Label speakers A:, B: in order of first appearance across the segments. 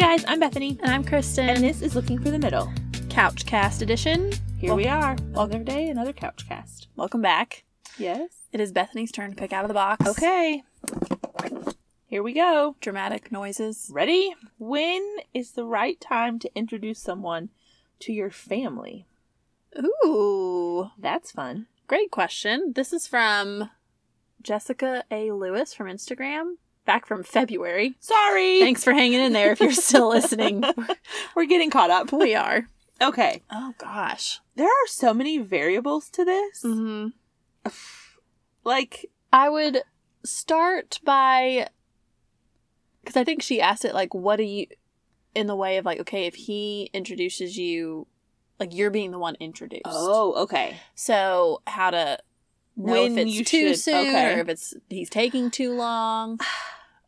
A: guys, I'm Bethany,
B: And I'm Kristen.
A: and this is Looking for the Middle.
B: Couch Cast Edition.
A: Here we are, another day, another couch cast.
B: Welcome back.
A: Yes.
B: It is Bethany's turn to pick out of the box.
A: Okay. Here we go.
B: Dramatic noises.
A: Ready? When is the right time to introduce someone to your family?
B: Ooh.
A: That's fun.
B: Great question. This is from Jessica A. Lewis from Instagram, back from February.
A: Sorry.
B: Thanks for hanging in there if you're still listening.
A: We're getting caught up.
B: We are.
A: Okay.
B: Oh, gosh.
A: There are so many variables to this.
B: hmm
A: Like,
B: I would start by because I think she asked it like, what do you in the way of like, okay, if he introduces you, like you're being the one introduced.
A: oh, okay.
B: so how to know
A: When
B: if it's
A: you
B: too
A: should-
B: soon
A: okay.
B: or if it's he's taking too long.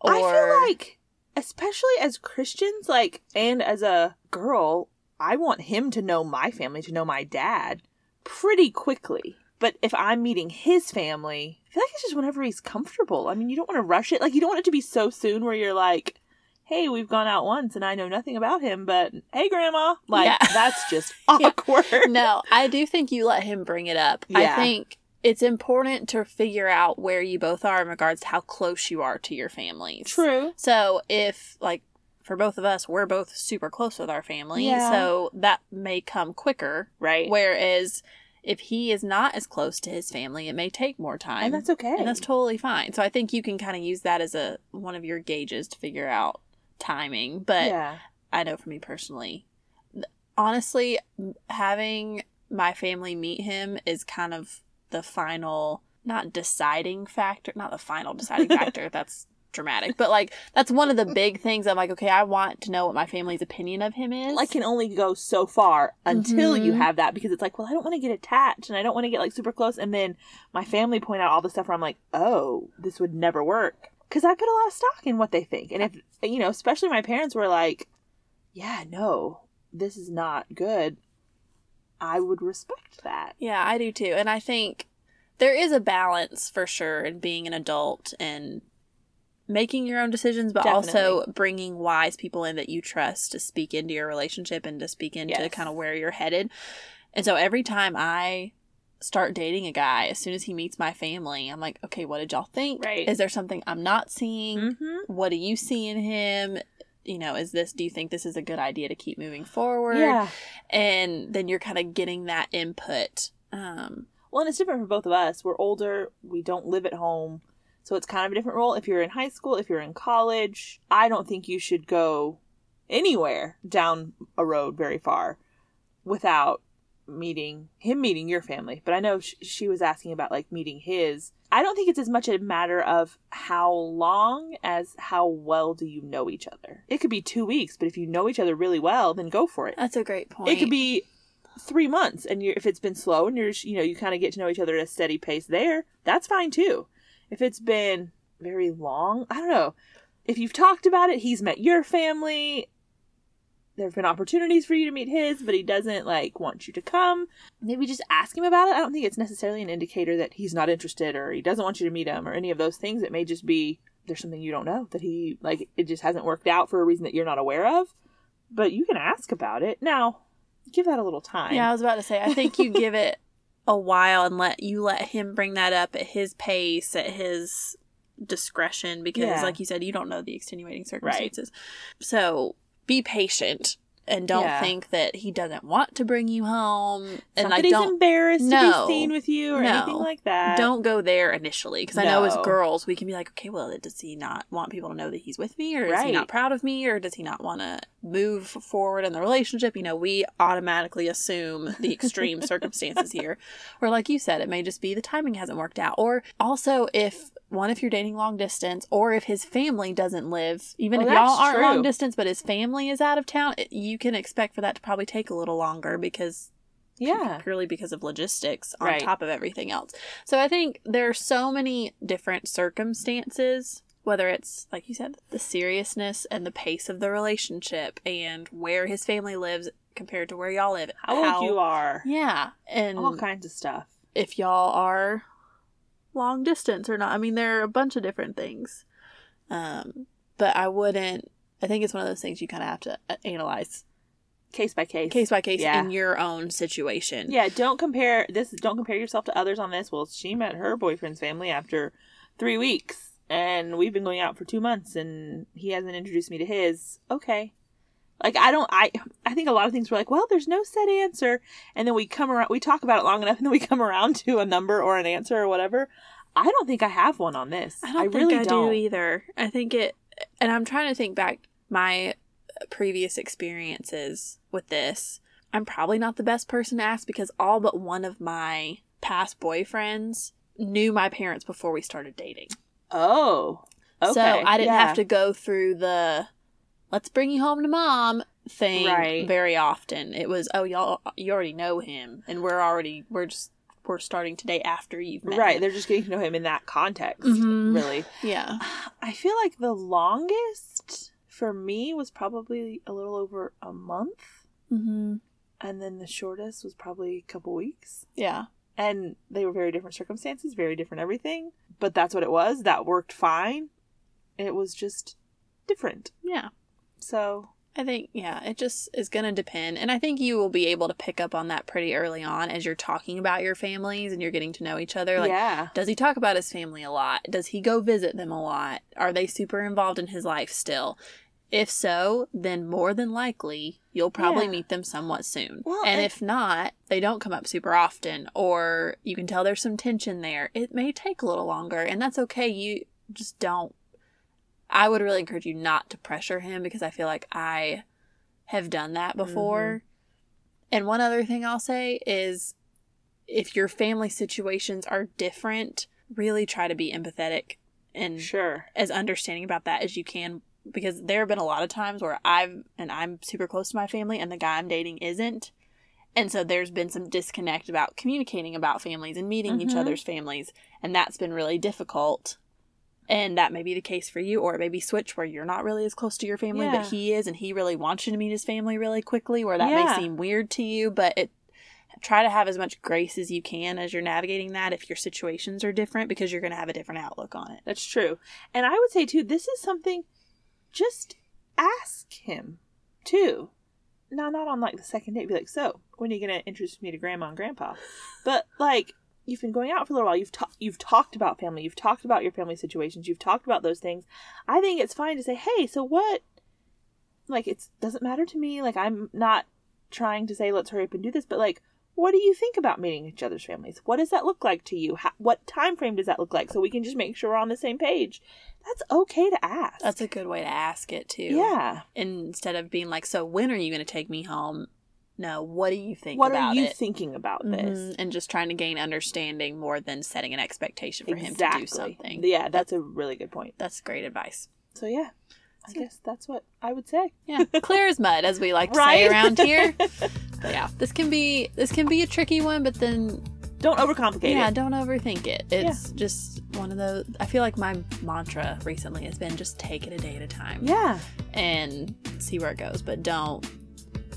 B: Or
A: I feel like, especially as Christians, like, and as a girl, I want him to know my family, to know my dad pretty quickly. But if I'm meeting his family, I feel like it's just whenever he's comfortable. I mean, you don't want to rush it. Like, you don't want it to be so soon where you're like, hey, we've gone out once and I know nothing about him, but hey, grandma. Like,
B: Yeah.
A: that's just
B: Yeah.
A: awkward.
B: no, I do think you let him bring it up.
A: Yeah.
B: I think it's important to figure out where you both are in regards to how close you are to your families.
A: True.
B: So if like for both of us, we're both super close with our family,
A: Yeah.
B: so that may come quicker.
A: Right.
B: Whereas if he is not as close to his family, it may take more time.
A: and that's okay.
B: And that's totally fine. So I think you can kind of use that as a one of your gauges to figure out timing. But
A: yeah.
B: I know for me personally, th- honestly, m- having my family meet him is kind of the final, not deciding factor, not the final deciding factor. That's dramatic, but like that's one of the big things. I'm like, okay, I want to know what my family's opinion of him is.
A: like can only go so far until you
B: Mhm.
A: have that because it's like, well, I don't want to get attached and I don't want to get like super close. And then my family point out all the stuff where I'm like, oh, this would never work because I put a lot of stock in what they think. And if you know, especially my parents were like, yeah, no, this is not good. I would respect that.
B: Yeah, I do too. And I think there is a balance for sure in being an adult and making your own decisions, but also
A: Definitely.
B: bringing wise people in that you trust to speak into your relationship and to speak into
A: Yes.
B: kind of where you're headed. And so every time I start dating a guy, as soon as he meets my family, I'm like, okay, what did y'all think?
A: Right.
B: Is there something I'm not seeing?
A: Mm-hmm.
B: What do you see in him? You know, is this, do you think this is a good idea to keep moving forward?
A: Yeah.
B: and then you're kind of getting that input. Um,
A: Well, and it's different for both of us. We're older, we don't live at home. So it's kind of a different role. If you're in high school, if you're in college, I don't think you should go anywhere down a road very far without meeting him meeting your family. But I know sh- she was asking about like meeting his. I don't think it's as much a matter of how long as how well do you know each other. It could be 2 weeks, but if you know each other really well, then go for it.
B: that's a great point.
A: It could be three months, and you're, if it's been slow and you're just, you know you kind of get to know each other at a steady pace, there that's fine too. If it's been very long, I don't know. If you've talked about it, he's met your family. There have been opportunities for you to meet his, but he doesn't like want you to come. Maybe just ask him about it. I don't think it's necessarily an indicator that he's not interested or he doesn't want you to meet him or any of those things. It may just be there's something you don't know that he like it just hasn't worked out for a reason that you're not aware of. But you can ask about it. Now, give that a little time.
B: Yeah, I was about to say. I think you give it a while and let you let him bring that up at his pace, at his discretion, because
A: Yeah.
B: like you said, you don't know the extenuating circumstances. So be patient and don't
A: Yeah.
B: think that he doesn't want to bring you home
A: It's
B: and
A: not
B: like
A: that he's
B: don't
A: embarrassed to
B: No.
A: be seen with you or
B: No.
A: anything like that.
B: don't go there initially because I know as
A: No.
B: girls we can be like, okay, well, does he not want people to know that he's with me, or is he
A: Right.
B: not proud of me, or does he not want to move forward in the relationship? You know, we automatically assume the extreme circumstances here, or like you said, it may just be the timing hasn't worked out, or also if one if you're dating long distance or if his family doesn't live even
A: Oh,
B: if
A: that's
B: y'all aren't long
A: true.
B: distance but his family is out of town it, you can expect for that to probably take a little longer because
A: Yeah.
B: purely because of logistics on
A: Right.
B: top of everything else. So I think there are so many different circumstances, whether it's, like you said, the seriousness and the pace of the relationship and where his family lives compared to where y'all live.
A: How old you are. Oh,
B: Yeah. And
A: All kinds of stuff.
B: if y'all are long distance or not. I mean, there are a bunch of different things. Um, but I wouldn't I think it's one of those things you kind of have to uh, analyze
A: Case by case.
B: case by case
A: Yeah.
B: in your own situation.
A: Yeah, don't compare this. Don't compare yourself to others on this. Well, she met her boyfriend's family after three weeks, and we've been going out for two months, and he hasn't introduced me to his. Okay, like I don't. I I think a lot of things were like, well, there's no set answer, and then we come around. We talk about it long enough, and then we come around to a number or an answer or whatever. I don't think I have one on this.
B: I don't think
A: really
B: I
A: don't.
B: do either. I think it, and I'm trying to think back my previous experiences with this. I'm probably not the best person to ask because all but one of my past boyfriends knew my parents before we started dating.
A: Oh, okay.
B: So I didn't
A: yeah.
B: have to go through the let's bring you home to mom thing
A: Right.
B: very often. It was, oh, y'all, you already know him, and we're already, we're just, we're starting today after you've met.
A: Right,
B: him.
A: they're just getting to know him in that context,
B: Mhm.
A: really.
B: Yeah.
A: I feel like the longest for me was probably a little over a month,
B: Mm-hmm.
A: and then the shortest was probably a couple weeks.
B: Yeah.
A: And they were very different circumstances, very different everything, but that's what it was. That worked fine. It was just different.
B: Yeah.
A: So,
B: I think, yeah, it just is going to depend. And I think you will be able to pick up on that pretty early on as you're talking about your families and you're getting to know each other. Like,
A: yeah.
B: does he talk about his family a lot? Does he go visit them a lot? Are they super involved in his life still? If so, then more than likely you'll probably
A: Yeah.
B: meet them somewhat soon.
A: Well,
B: and
A: and-
B: if not, they don't come up super often, or you can tell there's some tension there. It may take a little longer, and that's okay. You just don't. I would really encourage you not to pressure him because I feel like I have done that before.
A: Mm-hmm.
B: And one other thing I'll say is if your family situations are different, really try to be empathetic and
A: Sure.
B: as understanding about that as you can because there have been a lot of times where I've and I'm super close to my family and the guy I'm dating isn't. And so there's been some disconnect about communicating about families and meeting each
A: Mhm.
B: other's families and that's been really difficult. And that may be the case for you or it may be switch where you're not really as close to your family
A: Yeah.
B: but he is and he really wants you to meet his family really quickly where that
A: Yeah.
B: may seem weird to you but it try to have as much grace as you can as you're navigating that if your situations are different because you're going to have a different outlook on it.
A: That's true. And I would say too, this is something just ask him too. Now not on like the second date, be like, so when are you gonna introduce me to grandma and grandpa? But like you've been going out for a little while, you've ta- you've talked about family, you've talked about your family situations, you've talked about those things. I think it's fine to say, Hey, so what like it doesn't matter to me, like I'm not trying to say let's hurry up and do this, but like what do you think about meeting each other's families what does that look like to you How, what time frame does that look like so we can just make sure we're on the same page that's okay to ask
B: That's a good way to ask it too.
A: yeah
B: Instead of being like, "So when are you going to take me home?" No, what do you think
A: what
B: about
A: are you
B: it?
A: thinking about
B: Mhm,
A: this
B: And just trying to gain understanding more than setting an expectation for him to do something.
A: yeah that's a really good point
B: That's great advice.
A: so yeah i
B: So-
A: guess that's what i would say
B: Yeah, clear as mud, as we like to say
A: Right?
B: around here. But yeah, this can be this can be a tricky one, but then
A: don't overcomplicate
B: yeah,
A: it
B: don't overthink it. It's just one of those. I feel like my mantra recently has been just take it a day at a time.
A: yeah
B: and see where it goes. But don't,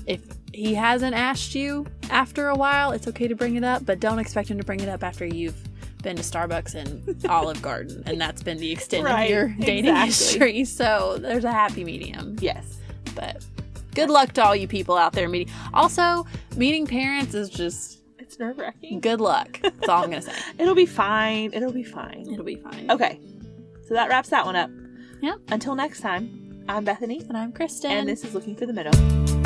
B: if he hasn't asked you after a while, it's okay to bring it up, but don't expect him to bring it up after you've been to Starbucks and Olive Garden, and that's been the extent
A: Right,
B: of your dating
A: exactly.
B: history. So there's a happy medium.
A: yes
B: But good luck to all you people out there meeting. Also, meeting parents is just
A: it's nerve-wracking
B: good luck. That's all I'm going to say.
A: it'll be fine it'll be fine
B: It'll be fine.
A: okay so that wraps that one up
B: Yeah.
A: until next time i'm bethany
B: And I'm Kristen.
A: and this is looking for the middle